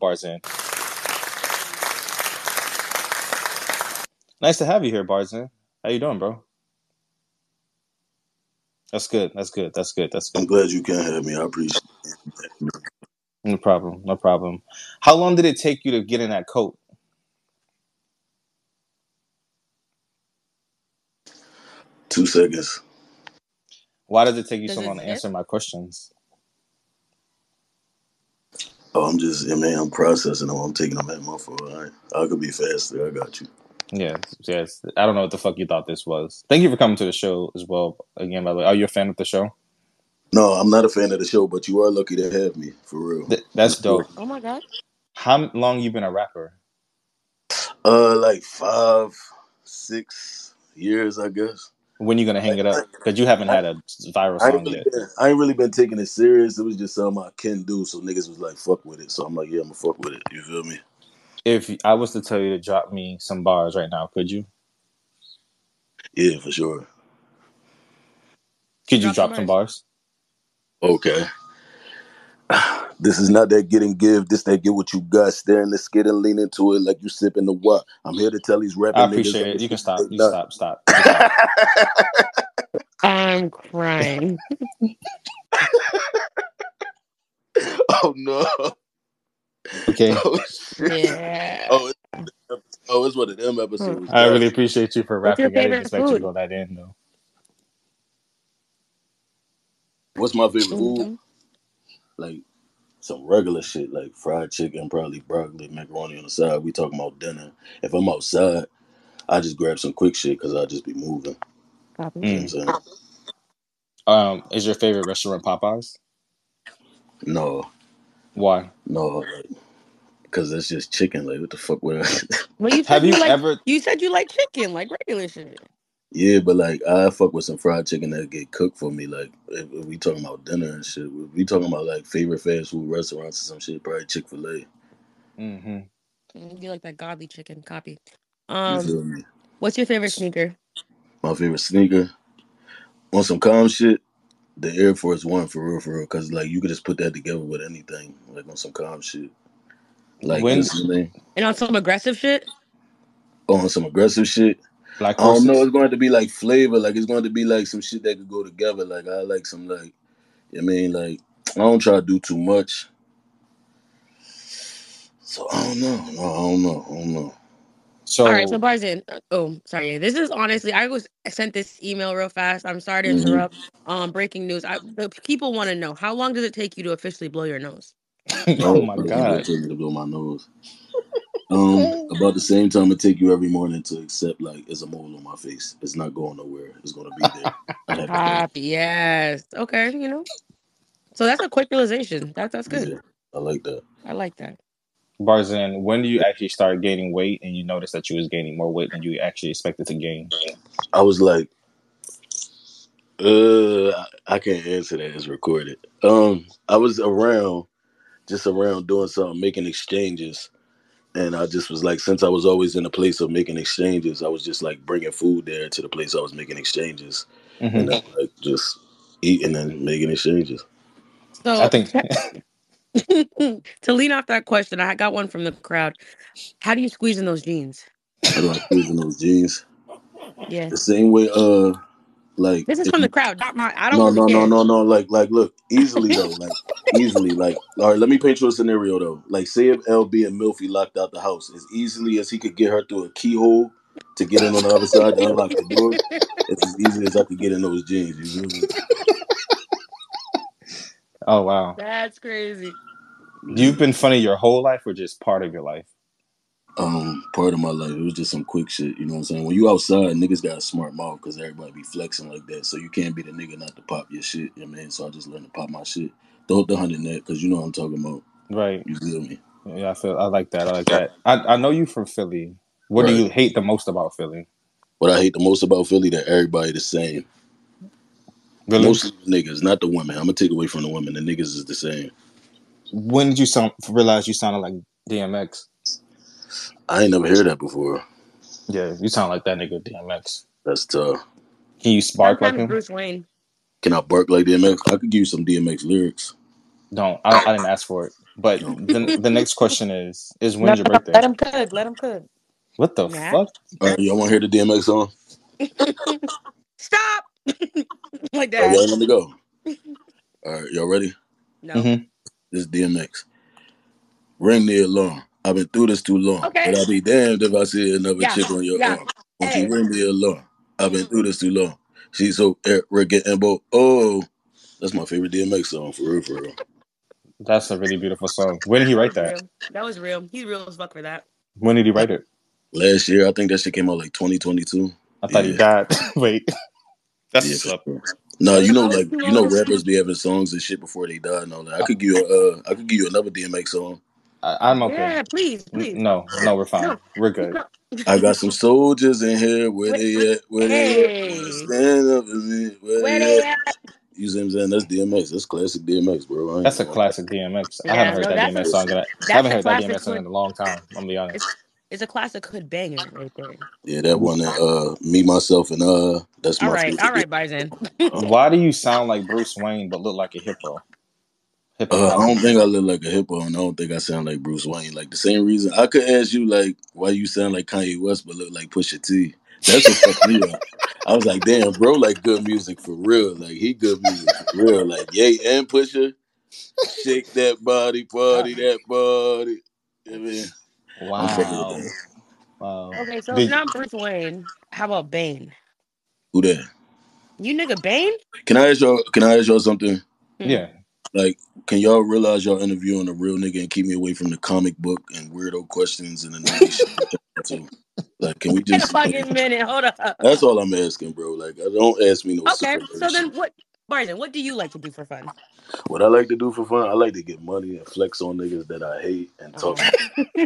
Barzan. Nice to have you here, Barzan. How you doing, bro? That's good. That's good. That's good. That's I'm good. glad you can have me. I appreciate it. No problem. No problem. How long did it take you to get in that coat? Two seconds. Why does it take you Does so it long to zip? answer my questions? Oh, I'm just, I mean, I'm processing them. I'm taking them at my phone. All right. I could be faster. I got you. Yes, yes. I don't know what the fuck you thought this was. Thank you for coming to the show as well. Again, by the way, are you a fan of the show? No, I'm not a fan of the show, but you are lucky to have me, for real. Th- that's dope. Oh my god. How long you been a rapper? Uh, like five, six years, I guess. When you gonna hang it up? Because you haven't had a viral I ain't, song really yet. been, I ain't really been taking it serious. It was just something I can do, so niggas was like, fuck with it. So I'm like, yeah, I'm gonna fuck with it. You feel me? If I was to tell you to drop me some bars right now, could you? Yeah, for sure. Could you Drop some drop some bars? Okay. This is not that get and give. This that get what you got. Staring the skid and lean into it like you sipping the what. I'm here to tell these rapping I niggas. appreciate that it. You can they stop. You can not. stop. Stop. You can stop. I'm crying. oh no. Okay. Oh shit. yeah. Oh, it- oh, it's one of them episodes. I really appreciate you for What's your rapping. I didn't favorite expect you to food? go that in though. What's my favorite food? Mhm. Like some regular shit, like fried chicken, probably broccoli, macaroni on the side. We talking about dinner. If I'm outside, I just grab some quick shit because I'll just be moving. Copy. You know what Mm. I'm saying? Um, is your favorite restaurant Popeyes? No, Why? no, because that's just chicken. Like what the fuck would I? Well, you Have said you, you like ever? you said you like chicken, like regular shit. Yeah, but like I fuck with some fried chicken that get cooked for me. Like if if we talking about dinner and shit, if we talking about like favorite fast food restaurants or some shit. Probably Chick Fil A. hmm Mm, You like that godly chicken. Copy. You Um, feel me? what's your favorite sneaker? My favorite sneaker on some calm shit. The Air Force One for real, for real. Cause like you could just put that together with anything. Like on some calm shit. Like When this thing. And on some aggressive shit? on some aggressive shit. black I don't know. horses? It's going to be like flavor. Like it's going to be like some shit that could go together. Like I like some like. I mean like I don't try to do too much. So I don't know. No, I don't know. I don't know. All right, so So Barzin. uh, Oh, sorry. This is honestly, I was I sent this email real fast. I'm sorry to Mhm. Mm-hmm. interrupt. Um, breaking news. I, the people want to know how long does it take you to officially blow your nose? oh my I'm god. to blow my nose. Um, about the same time it take you every morning to accept like it's a mole on my face. It's not going nowhere. It's gonna be there. I have to go. Ah, yes. Okay, you know. So that's a quick realization. That's that's good. Mm-hmm. Yeah, I like that. I like that. Barzan, when do you actually start gaining weight and you notice that you was gaining more weight than you actually expected to gain? I was like, uh, I- I can't answer that. It's recorded. Um, I was around, just around doing something, making exchanges, and I just was like, since I was always in a place of making exchanges, I was just like bringing food there to the place I was making exchanges. hmm and then like just eating and making exchanges. I So think to lean off that question, I got one from the crowd. How do you squeeze in those jeans? How do I squeeze in those jeans? Yeah. The same way, uh, like This is if from the you, crowd, not my I don't no, really no, no, care. no, no, like, like, look, easily though, like, easily, like, all right, let me paint you a scenario though. Like, say if LB and Milfy locked out the house as easily as he could get her through a keyhole to get in on the other side to unlock the door. It's as easy as I could get in those jeans. You feel me? Oh wow. That's crazy. You've Yeah. been funny your whole life or just part of your life? Um, part of my life, it was just some quick shit. You know what I'm saying? When you outside, niggas got a smart mouth because everybody be flexing like that. So you can't be the nigga not to pop your shit. You know what I mean? So I just learned to pop my shit. Don't the hundred net because you know what I'm talking about. Right. You feel me? Yeah, I feel I like that. I like that. I, I know you from Philly. What do Right. you hate the most about Philly? What I hate the most about Philly that everybody the same. Really? Mostly the niggas, not the women. I'm gonna take away from the women. The niggas is the same. When did you sound realize you sounded like DMX? I ain't never heard that before. Yeah, you sound like that nigga DMX. That's tough. Can you spark That's like kind of him? Bruce Wayne. Can I bark like DMX? I could give you some DMX lyrics. Don't. I, I didn't ask for it. But the, the next question is is No, when's your no, birthday? Let him cook. Let him cook. What the Nah. fuck? All right, y'all want to hear the DMX song? Stop. like All right, that. y'all Oh, let me go. All right, y'all ready? No. Mhm. This is DMX. Ring the alarm. I've been through this too long. Okay. But I'll be damned if I see another Yeah, chick on your yeah. arm. Won't Hey. Mm-hmm. you ring the alarm? I've been through this too long. She's so arrogant and bold. Oh, that's my favorite DMX song for real, for real. That's a really beautiful song. When did he write that? Real. That was real. He's real as fuck for that. When did he write it? Last year, I think that shit came out like 2022. I thought he died. Wait. That's Yeah, what's up. for sure. No, you know, like you know, rappers be having songs and shit before they die and all that. I could give you, a, uh, I could give you another DMX song. I, I'm okay. Yeah, please, please. N- No, no, we're fine. No. We're good. I got some soldiers in here. Where they at? Where they Hey. at? Stand up for me. Where, Where they they at? at? You see what I'm saying? That's DMX. That's classic DMX, bro. I ain't That's a gonna- classic DMX. I Yeah, haven't heard no, that DMX that's a- song. in a- I that's haven't a heard that classic DMX song in a long time. I'm gonna be honest. It's a classic hood banger right there. Yeah, that one. that, Uh, me, myself, and uh, that's All my right, favorite. all right, Bison. Why do you sound like Bruce Wayne but look like a hippo? Hippo. Uh, I don't think I look like a hippo, and I don't think I sound like Bruce Wayne. Like the same reason I could ask you, like, why you sound like Kanye West but look like Pusha T. That's what fucked me up. I was like, damn, bro, like good music for real. Like he good music for real. Like Yay and Pusha, shake that body, party that body. I mean, I'm fucking wow. with that. Wow. Okay, so Did- if not Bruce Wayne, how about Bane? Who that? You nigga Bane? Can I ask y'all? Can I ask y'all something? Yeah. Like, can y'all realize y'all interviewing a real nigga and keep me away from the comic book and weirdo questions and the nerdy shit? too? Like, can we Wait a just? fucking minute. Hold up. That's all I'm asking, bro. Like, I don't ask me no. Okay, super so nerdy then shit. what, Bison? What do you like to do for fun? what I like to do for fun, I like to get money and flex on niggas that I hate and talk. Oh.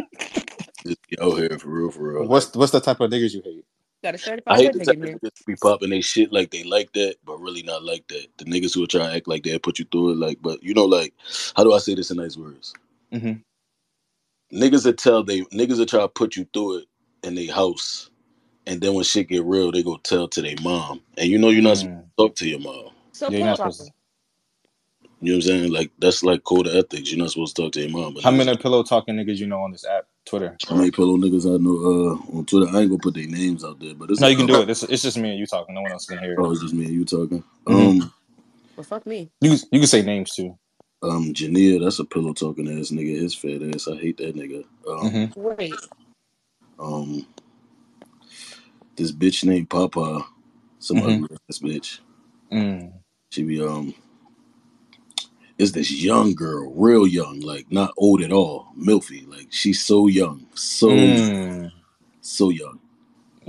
just be out here for real, for real. What's what's the type of niggas you hate? Got I a certified hate hood the type nigga, of man. niggas be popping they shit like they like that, but really not like that. The niggas who are trying to act like they put you through it, like, but you know, like, how do I say this in nice words? Mhm. Niggas that tell they niggas that try to put you through it in their house, and then when shit get real, they go tell to their mom, and you know you're not supposed Mm. to talk to your mom. So Yeah, you're pull not up on supposed me. to. You know what I'm saying? Like that's like code of ethics. You're not supposed to talk to your mom. But How niggas- many pillow talking niggas you know on this app, Twitter? How many pillow niggas I know uh, on Twitter? I ain't gonna put their names out there, but it's No, you can do it. It's, it's just me and you talking. No one else can hear. Oh, it's just me and you talking. Mhm. Um, Well, fuck me. You you can say names too. um, Janea, that's a pillow talking ass nigga. His fat ass. I hate that nigga. Um, hmm Wait, Mm-hmm. um, this bitch named Papa, some Mhm. ugly ass bitch. Mm. She be um, it's this young girl, real young, like not old at all, milfy. Like she's so young, so Mm. so young.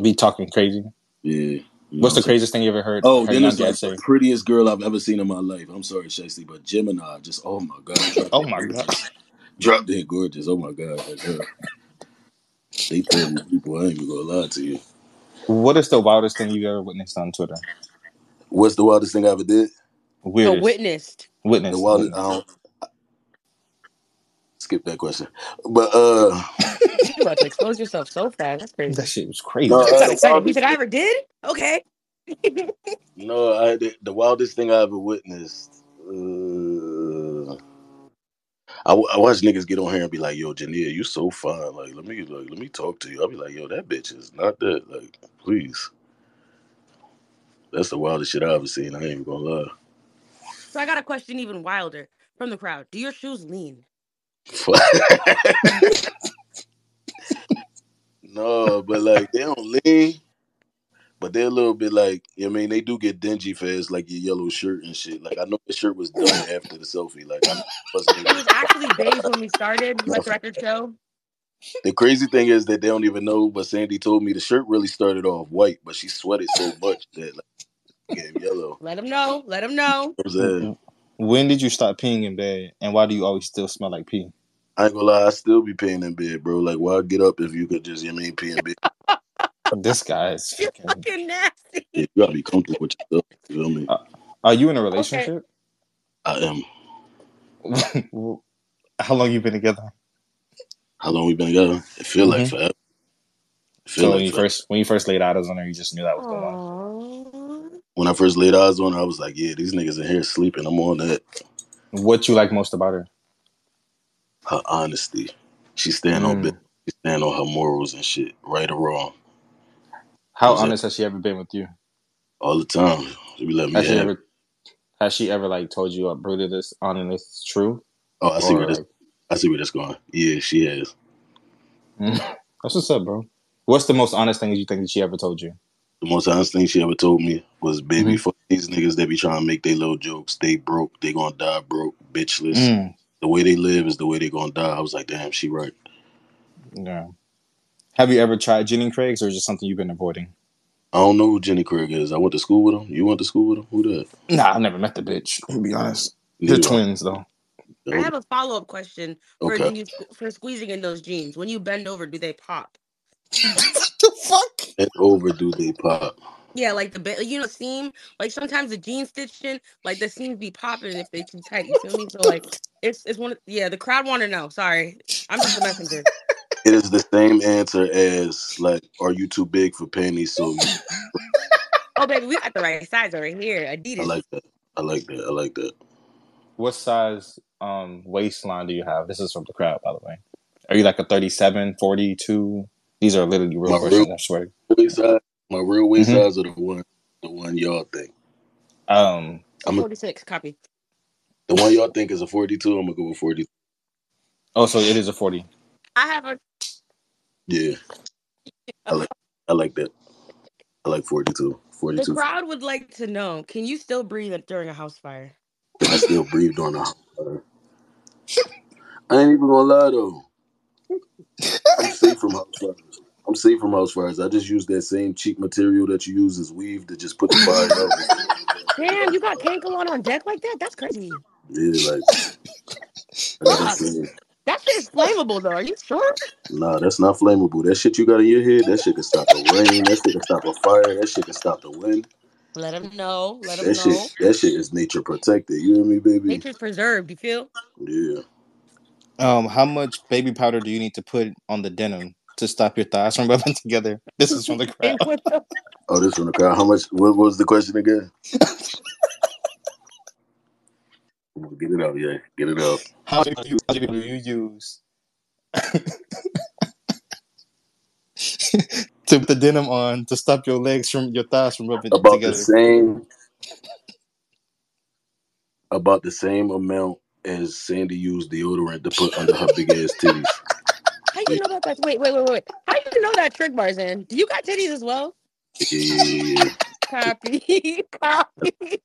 Be talking crazy. Yeah. you know What's what the I'm saying? craziest thing you ever heard? Oh, her then young it's like dad say? the prettiest girl I've ever seen in my life. I'm sorry, Shicey, but Gemini, just oh my god, drop Oh dead my god. gorgeous, drop dead gorgeous. Oh my god, like her. They terrible people. I ain't even gonna lie to you. What is the wildest thing you've ever witnessed on Twitter? What's the wildest thing I ever did? so Weirdest witnessed. witness. The wildest. I witness. don't, skip that question. But uh, You about to expose yourself so fast? That's crazy. uh, That shit was no, crazy. I uh, got the excited. He wildest, said, "I ever did." Okay. no, I the, the wildest thing I ever witnessed. Uh, I, I watch niggas get on here and be like, "Yo, Jania, you so fine. Like, let me like, let me talk to you." I'll be like, "Yo, that bitch is not that. Like, please." That's the wildest shit I ever seen. I ain't even gonna lie. So I got a question even wilder from the crowd. Do your shoes lean? Fuck. no, but like they don't lean, but they're a little bit like I mean they do get dingy fast, like your yellow shirt and shit. Like I know the shirt was done after the selfie. Like I know it wasn't It was actually beige when we started. Let the record show. the crazy thing is that they don't even know. But Sandy told me the shirt really started off white, but she sweated so much that like it became yellow. Let him know. Let him know. You know what I'm saying? When did you stop peeing in bed, and why do you always still smell like pee? I ain't gonna lie, I still be peeing in bed, bro. Like, why get up if you could just, you know, what I mean, pee in bed? This guy is You're fucking. fucking nasty. You gotta be comfortable with yourself. You feel me? Are you in a relationship? I am. How long you been together? How long we been together? It feel like Mhm. forever. It feel So like when you forever. first when you first laid eyes on her, you just knew that was going on. Aww. when I first laid eyes on her, I was like, yeah, these niggas in here sleeping. I'm on that. What you like most about her? her honesty. She stand on Mm. business. She stand on her morals and shit, right or wrong, How Who's that? honest has she ever been with you? all the time. She be letting me Has she have. ever has she ever like told you, uh, Brother, this honest is true? oh, I see Or, where this. like, I see where this going. Yeah, she has. That's what's up, bro. What's the most honest thing you think that she ever told you? The most honest thing she ever told me was, "Baby, Mhm. fuck these niggas that be trying to make their little jokes. They broke. They gonna die broke, bitchless. Mm. The way they live is the way they gonna die." I was like, "Damn, she right." Yeah. Have you ever tried Jenny Craig's or just something you've been avoiding? I don't know who Jenny Craig is. I went to school with him. You went to school with him? Who that? Nah, I've never met the bitch. To be honest, they're Neither twins though. I- I have a follow up question for Okay. do you for squeezing in those jeans. When you bend over, do they pop? what the fuck? And over do they pop? Yeah, like the ba- you know seam. Like sometimes the jean stitching, like the seams be popping if they too tight. You feel me? So like it's it's one. Of, yeah, the crowd want to know. Sorry, I'm just the messenger. It is the same answer as like, are you too big for panties? So you- Oh baby, we got the right size over here. I Adidas. like that. I like that. I like that. What size um waistline do you have? This is from the crowd, by the way. Are you like a 37, 42? These are literally real My questions, real- I swear. Waist size, my real waist Mhm. size are the one, the one y'all think. Um, I'm a, 46. Copy. the one y'all think is a 42. I'm gonna go with 42. oh, so it is a 40. I have a Yeah, I like. I like that. I like 42. The 42. crowd would like to know: Can you still breathe during a house fire? I still breathe on a. I ain't even gonna lie though. I'm safe from house fires. I'm safe from house fires. I just use that same cheap material that you use as weave to just put the fire out. Damn, you got Kanko on on deck like that? That's crazy. Yeah, like I gotta Fuck. say, That shit is flammable though. Are you sure? nah, that's not flammable. That shit you got in your head, that shit can stop the rain. That shit can stop a fire. That shit can stop the wind. Let him know. Let him That know. shit, that shit is nature protected. You hear me, baby? Nature's preserved. You feel? Yeah. Um, how much baby powder do you need to put on the denim to stop your thighs from rubbing together? This is from the crowd. It was the- Oh, this one, Kyle. How much? What was the question again? Come on, Get it up, yeah. Get it up. How much baby powder do you use to put the denim on to stop your legs from your thighs from rubbing About together? the same. About the same amount as Sandy used deodorant to put under her big ass titties. How you know about that? Wait, wait, wait, wait. How you know that trick bars in? Do you got titties as well? Yeah, yeah, yeah, yeah. Copy. Copy.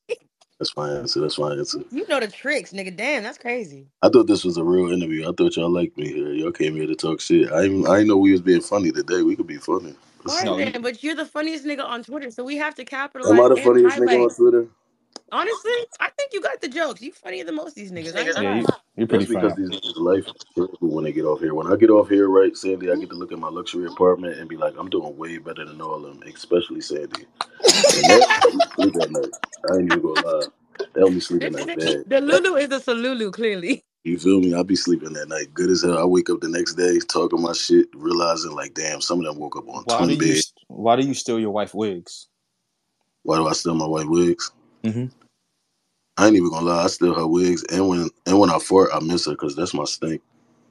That's my answer. That's my answer. You know the tricks, nigga. Damn, that's crazy. I thought this was a real interview. I thought y'all liked me here. Y'all came here to talk shit. I didn't, I didn't know we was being funny today. We could be funny. All No, you- right, man, but you're the funniest nigga on Twitter, so we have to capitalize. Am I the and funniest nigga highlight. on Twitter? Honestly, I think you got the jokes. You funnier than most of these niggas. I ain't Yeah, gonna you, lie. you're pretty That's because funny. these niggas' life is terrible when they get off here. When I get off here, right, Sandy, I get to look at my luxury apartment and be like, I'm doing way better than all of them, especially Sandy. And that helped me sleep at night. I ain't even gonna lie. That helped me sleep at This is night the, bad. the Lulu is the Salulu, clearly. You feel me? I be sleeping that night good as hell. I wake up the next day talking my shit, realizing like, damn, some of them woke up on Why do twin you bed. st- why do you steal your wife wigs? Why do I steal my white wigs? Mhm. I ain't even gonna lie, I steal her wigs, and when and when I fart, I miss her because that's my stink.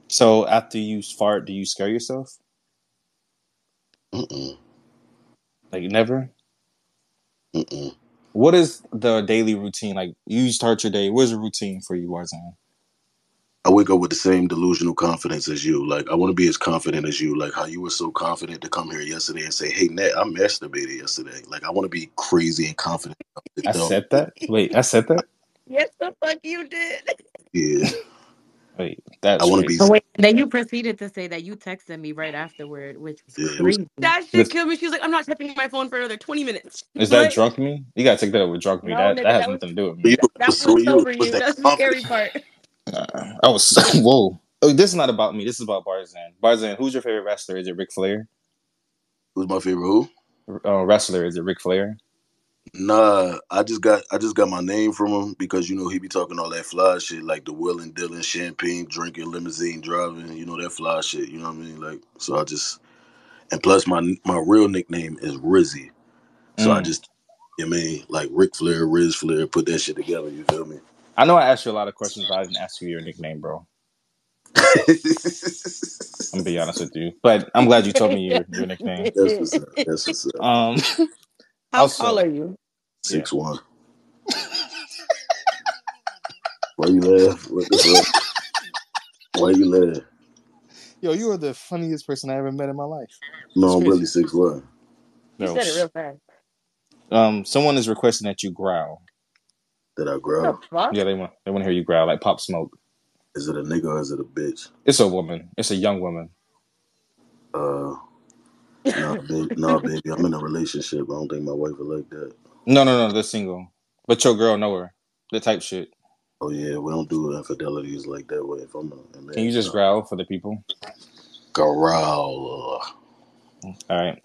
So after you fart, do you scare yourself? Mm-mm, Like never. mm-mm. What is the daily routine like? You start your day. What's a routine for you, Warzone? I wake up with the same delusional confidence as you. Like I want to be as confident as you. Like how you were so confident to come here yesterday and say, "Hey, Nat, I masturbated yesterday." Like I want to be crazy and confident. I said that. Wait, I said that. Yes, the fuck you did. Yeah, Wait, that's. I wanna crazy. be- But wait, then you proceeded to say that you texted me right afterward, which was Yeah, it was- crazy. That This- shit killed me. She was like, I'm not touching my phone for another 20 minutes. Is that What? drunk me? You gotta take that over drunk me. No, that nigga, that has that was- nothing to do with me. you was That was so you. sober It was you. that That's the scary confidence. part. Nah, I was whoa. Oh, this is not about me. This is about Barzan. Barzan, who's your favorite wrestler? Is it Ric Flair? Who's my favorite? Who? Uh, wrestler is it Ric Flair? Nah, I just got I just got my name from him because you know he be talking all that fly shit like the Will and Dylan champagne drinking limousine driving, you know that fly shit, you know what I mean? Like so I just and plus my my real nickname is Rizzy. So I Mm. just you know what I mean like Ric Flair, Riz Flair, put that shit together, you feel me? I know I asked you a lot of questions, but I didn't ask you your nickname, bro. I'm gonna be honest with you, but I'm glad you told me your, your nickname. That's what's up. That's what's up. Um, How Also- tall are you? Six one. Why you laugh? What the fuck? Why you laugh? yo, you are the funniest person I ever met in my life. No, I'm really six one. No, You said it real fast. um, someone is requesting that you growl. Did I What Oh. growl? the fuck? Yeah, they want they want to hear you growl like pop smoke. Is it a nigga or is it a bitch? It's a woman. It's a young woman. Uh, nah, baby, nah, baby. I'm in a relationship. I don't think my wife would like that. No, no, no, they're single. But your girl know her. The type shit. Oh yeah, we don't do infidelities like that. Way if I'm a, Can you just growl for the people? growl? All right.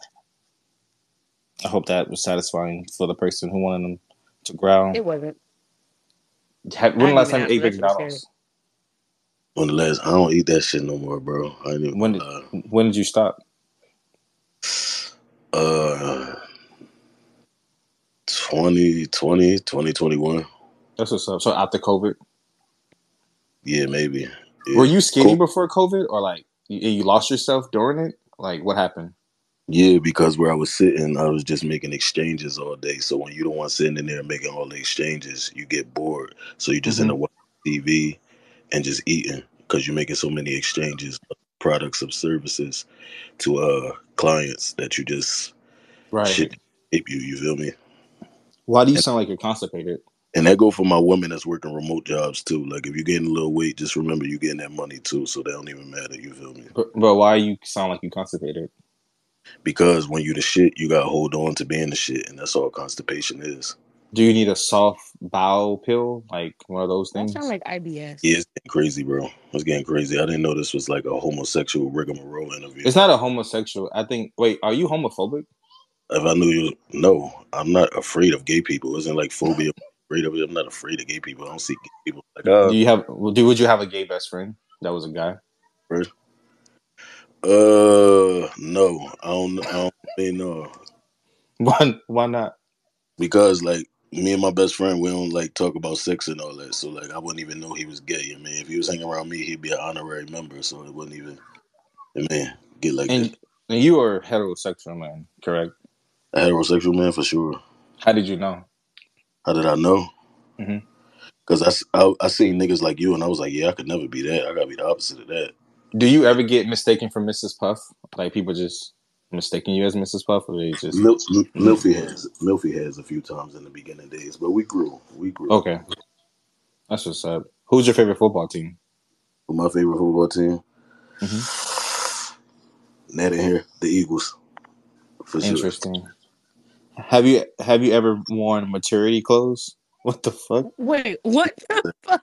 I hope that was satisfying for the person who wanted them to growl. It wasn't. Had, when I last didn't time you ate have- that's what I'm McDonald's? When the last, I don't eat that shit no more, bro. I ain't even, When did- uh, When did you stop? uh 2020, 2021. That's what's up. So after COVID, Yeah, maybe. Yeah. were you skinny Cool. before COVID, or like you, you lost yourself during it? Like what happened? Yeah, because where I was sitting, I was just making exchanges all day. So when you don't want sitting in there making all the exchanges, you get bored. So you just Mm-hmm. end up watching TV and just eating because you're making so many exchanges, of products of services to uh clients that you just Right. shit shape you. You feel me? Why do you sound like you're constipated? And that go for my women that's working remote jobs too. Like if you're getting a little weight, just remember you're getting that money too. So they don't even matter. You feel me? But, but why you sound like you constipated? Because when you the shit, you gotta hold on to being the shit, and that's all constipation is. Do you need a soft bowel pill, like one of those That things? sound like IBS. Yeah, it's getting crazy, bro. It's getting crazy. I didn't know this was like a homosexual rigmarole interview. it's not a homosexual. I think. Wait, are you homophobic? if I knew you, no, I'm not afraid of gay people. Isn't like phobia afraid of it. I'm not afraid of gay people. I don't see gay people. Like, do uh, you have? Do would you have a gay best friend that was a guy? uh, no, I don't. I don't mean no Why? Why not? because like me and my best friend, we don't like talk about sex and all that. So like, I wouldn't even know he was gay. I mean, if he was hanging around me, he'd be an honorary member. So it wouldn't even. I mean, get like And and you are heterosexual man, correct? that. a heterosexual man for sure. How did you know? How did I know? Mhm. Because I, s- I, I seen niggas like you, and I was like, yeah, I could never be that. I gotta be the opposite of that. Do you ever get mistaken for Mrs. Puff? Like people just mistaking you as Mrs. Puff, or they just Mil- M- Mm-hmm. Milfy has Milfy has a few times in the beginning days, but we grew, we grew. okay. That's what's up. Who's your favorite football team? My favorite football team, Mhm. Nat in here, the Eagles, for sure. Mm-hmm. Interesting. Have you have you ever worn maturity clothes? What the fuck? Wait, what? the fuck?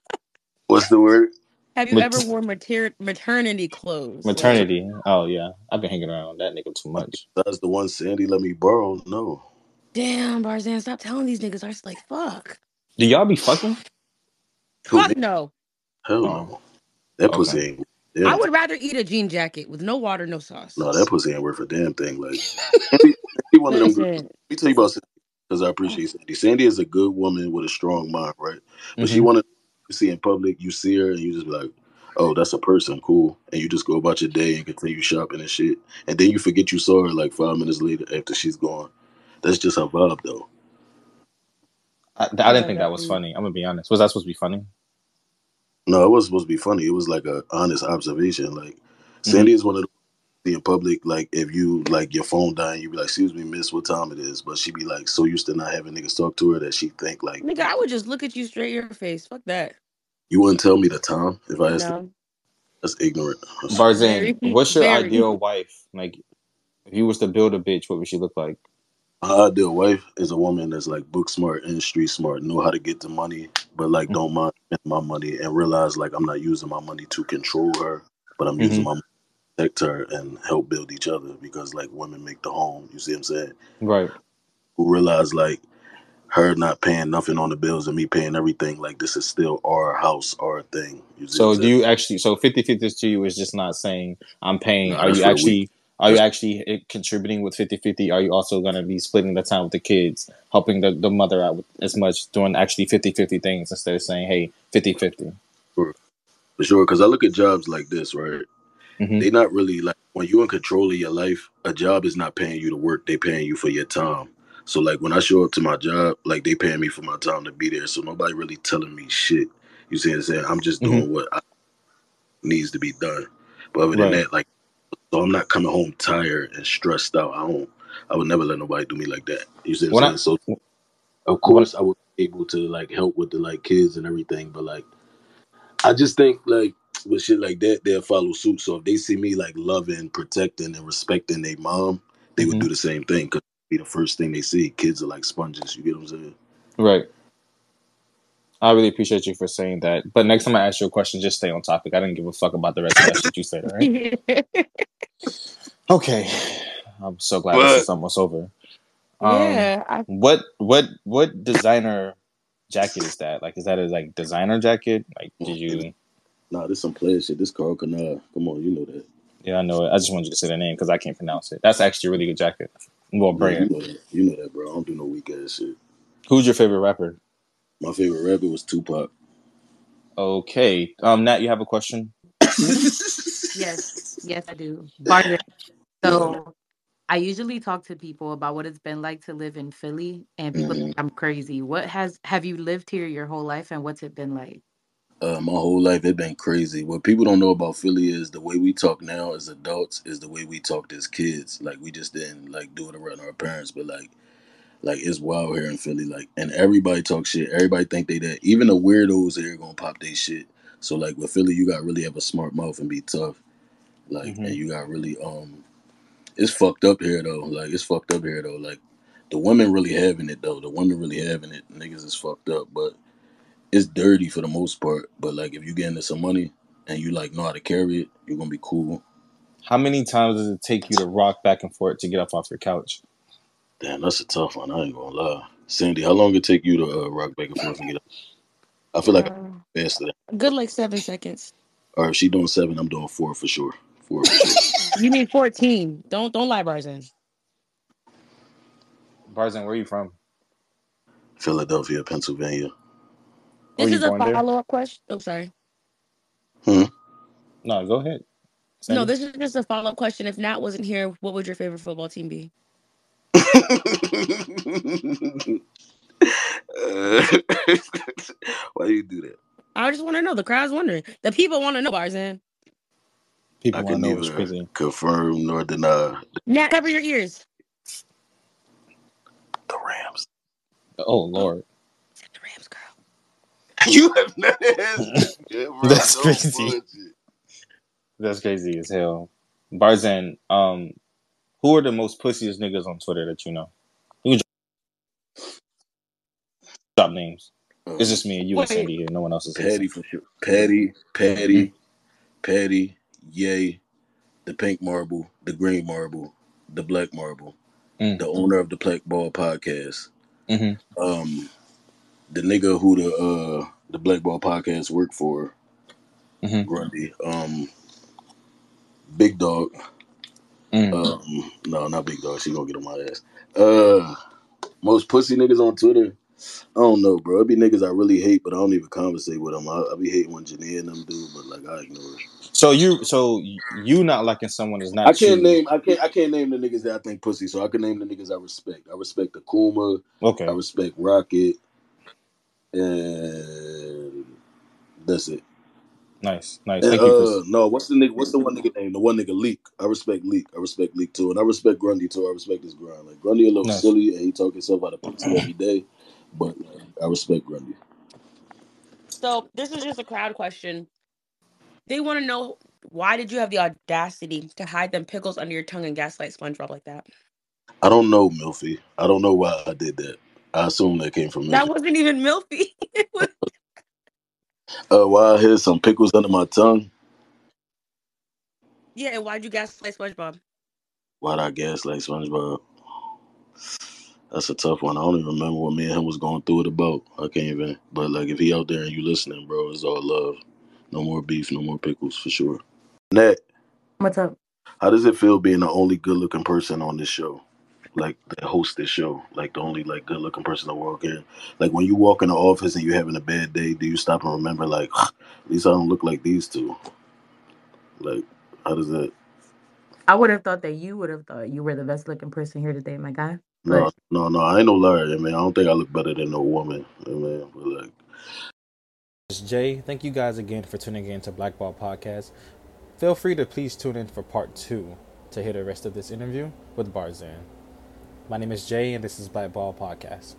What's the word? Have you Mat- ever worn mater- maternity clothes? Like, Maternity. Oh yeah, I've been hanging around that nigga too much. That's the one Sandy let me borrow. No, Damn, Barzan, stop telling these niggas. I was like, fuck. Do y'all be fucking? Who, Fuck me? no. hell no. That Okay. pussy ain't. Yeah. I would rather eat a jean jacket with no water, no sauce. No, that pussy ain't worth a damn thing. Like, every, every one of them. girls- Listen, Let me tell you about Sandy because I appreciate Sandy. Sandy is a good woman with a strong mind, right? But she Mhm. wanted to see in public, you see her and you just be like, Oh, that's a person, cool. And you just go about your day and continue shopping and shit. And then you forget you saw her like five minutes later after she's gone. That's just her vibe though. I, I didn't think that was funny. I'm gonna be honest. Was that supposed to be funny? No, it was supposed to be funny. It was like a honest observation. Like Sandy is one of the in public, like if you like your phone dying, you be like, excuse me, miss, what time it is? But she be like so used to not having niggas talk to her that she think like Nigga, I would just look at you straight in your face. Fuck that. you wouldn't tell me the time if I asked her. no. that's ignorant. Barzan, Very- what's your very. ideal wife? Like, if you was to build a bitch, what would she look like? My ideal wife is a woman that's like book smart and street smart, know how to get the money, but like don't mind spending my money and realize like I'm not using my money to control her, but I'm using my money to protect her and help build each other because like women make the home. You see what I'm saying? Right. Who realize like her not paying nothing on the bills and me paying everything, like this is still our house, our thing. You see what So I'm do saying? you actually? So 50-50 to you is just not saying I'm paying. No, are that's you what we- actually? Are you actually eh, contributing with 50-50? Are you also gonna be splitting the time with the kids, helping the, the mother out with as much, doing actually 50-50 things instead of saying, hey, 50-50? for sure. Because I look at jobs like this, right? Mhm. They not really like when you in control of your life. A job is not paying you to work; they paying you for your time. So like when I show up to my job, like they paying me for my time to be there. So nobody really telling me shit. You see what I'm saying? I'm Mm-hmm. just doing what I, needs to be done. But other than Right. that, like, so I'm not coming home tired and stressed out. I don't. I would never let nobody do me like that. You see what When I'm I- saying? So of course I would be able to like help with the like kids and everything, but like I just think like with shit like that, they'll follow suit. So if they see me like loving, protecting, and respecting their mom, they would Mhm. do the same thing because be the first thing they see. Kids are like sponges. You get what I'm saying? Right. I really appreciate you for saying that. But next time I ask you a question, just stay on topic. I didn't give a fuck about the rest of that shit you said, all right? Okay. I'm so glad this But- is almost over. Um, yeah, I, What what what designer jacket is that? Like is that a like designer jacket? Like did you Nah, this some player shit. This Carl Canada. Come on, you know that. Yeah, I know it. I just wanted you to say the name because I can't pronounce it. That's actually a really good jacket. Well brand. You know that. You know that, bro. I don't do no weak ass shit. Who's your favorite rapper? My favorite rapper was Tupac. Okay. Um Nat, you have a question? Yes, yes, I do. Barter. So I usually talk to people about what it's been like to live in Philly, and people think I'm crazy. What has have you lived here your whole life, and what's it been like? Uh, my whole life it been crazy. What people don't know about Philly is the way we talk now as adults is the way we talked as kids. Like we just didn't like do it around our parents, but like like it's wild here in Philly. Like and everybody talk shit. Everybody think they that. Even the weirdos here gonna pop they shit. So like with Philly, you got really have a smart mouth and be tough. Like Mhm. and you got really um, it's fucked up here though. Like it's fucked up here though. Like the women really having it though. The women really having it. Niggas is fucked up, but it's dirty for the most part. But like if you get into some money and you like know how to carry it, you're gonna be cool. How many times does it take you to rock back and forth to get up off your couch? Damn, that's a tough one. I ain't gonna lie, Sandy. How long it take you to uh, rock back and forth and get up? I feel like I'm uh, Mm. faster. Than good like seven seconds. or if she doing seven, I'm doing four for sure. Four for sure. You need fourteen. Don't don't lie, Barzan. Barzan, where are you from? Philadelphia, Pennsylvania. Were This you is a born there? follow up question. Oh, sorry. No, go ahead. Sandy. No, this is just a follow up question. If Nat wasn't here, what would your favorite football team be? Why you do that? I just want to know. The crowd's wondering. The people want to know, Barzan. People I want can to know what's neither crazy. confirm nor deny Nat, cover your ears. the Rams. Oh Lord, Said the Rams girl. You have not answered, yeah, bro. That's No crazy. bullshit. that's crazy as hell. Barzan, um, who are the most pussiest niggas on Twitter that you know? You can drop names. It's just me and you Wait. and Sandy here. No one else is here. Patty for sure. Patty, Patty, Patty, Yay, the pink marble, the green marble, the black marble, Mm. the owner of the Black Ball podcast, hmm um, the nigga who the uh the Black Ball podcast worked for, Mhm. Grundy, um, Big Dog, Mm. um, no, not Big Dog, she gonna get on my ass. Uh, most pussy niggas on Twitter. I don't know, bro. It be niggas I really hate, but I don't even conversate with them. I, I be hating when Janae and them do, but like I ignore it. So you, so you not liking someone is not. I can't you. name I can't I can't name the niggas that I think pussy, so I can name the niggas I respect. I respect Akuma, Okay, I respect Rocket, and that's it. nice, nice. And, Thank you, Chris. uh, no, what's the nigga? What's the one nigga name? The one nigga Leak. I respect Leak. I respect Leak too, and I respect Grundy too. I respect his grind. Like Grundy a little Nice. silly, and he talk himself out of pussy every day, but like, I respect Grundy. So this is just a crowd question. They want to know why did you have the audacity to hide them pickles under your tongue and gaslight SpongeBob like that? I don't know Milfy. I don't know why I did that. I assume that came from That Milfy. wasn't even Milfy. It was- Uh, why I had some pickles under my tongue? yeah, and why'd you gaslight SpongeBob? Why would I gaslight SpongeBob? That's a tough one. I don't even remember what me and him was going through it about. I can't even. But like, if he out there and you listening, bro, it's all love. No more beef. No more pickles for sure. Nat, What's up? How does it feel being the only good looking person on this show? like that hosts this show, like the only like good looking person in the world can. Like when you walk in the office and you're having a bad day, do you stop and remember like at least I don't look like these two? Like how does that I would have thought that you would have thought you were the best looking person here today, my guy. no But no no I ain't no liar, I mean I don't think I look better than no woman. I mean but like It's Jay. Thank you guys again for tuning in to Blackball Podcast. Feel free to please tune in for part two to hear the rest of this interview with Barzan. My name is Jay, and this is Blackball Podcast.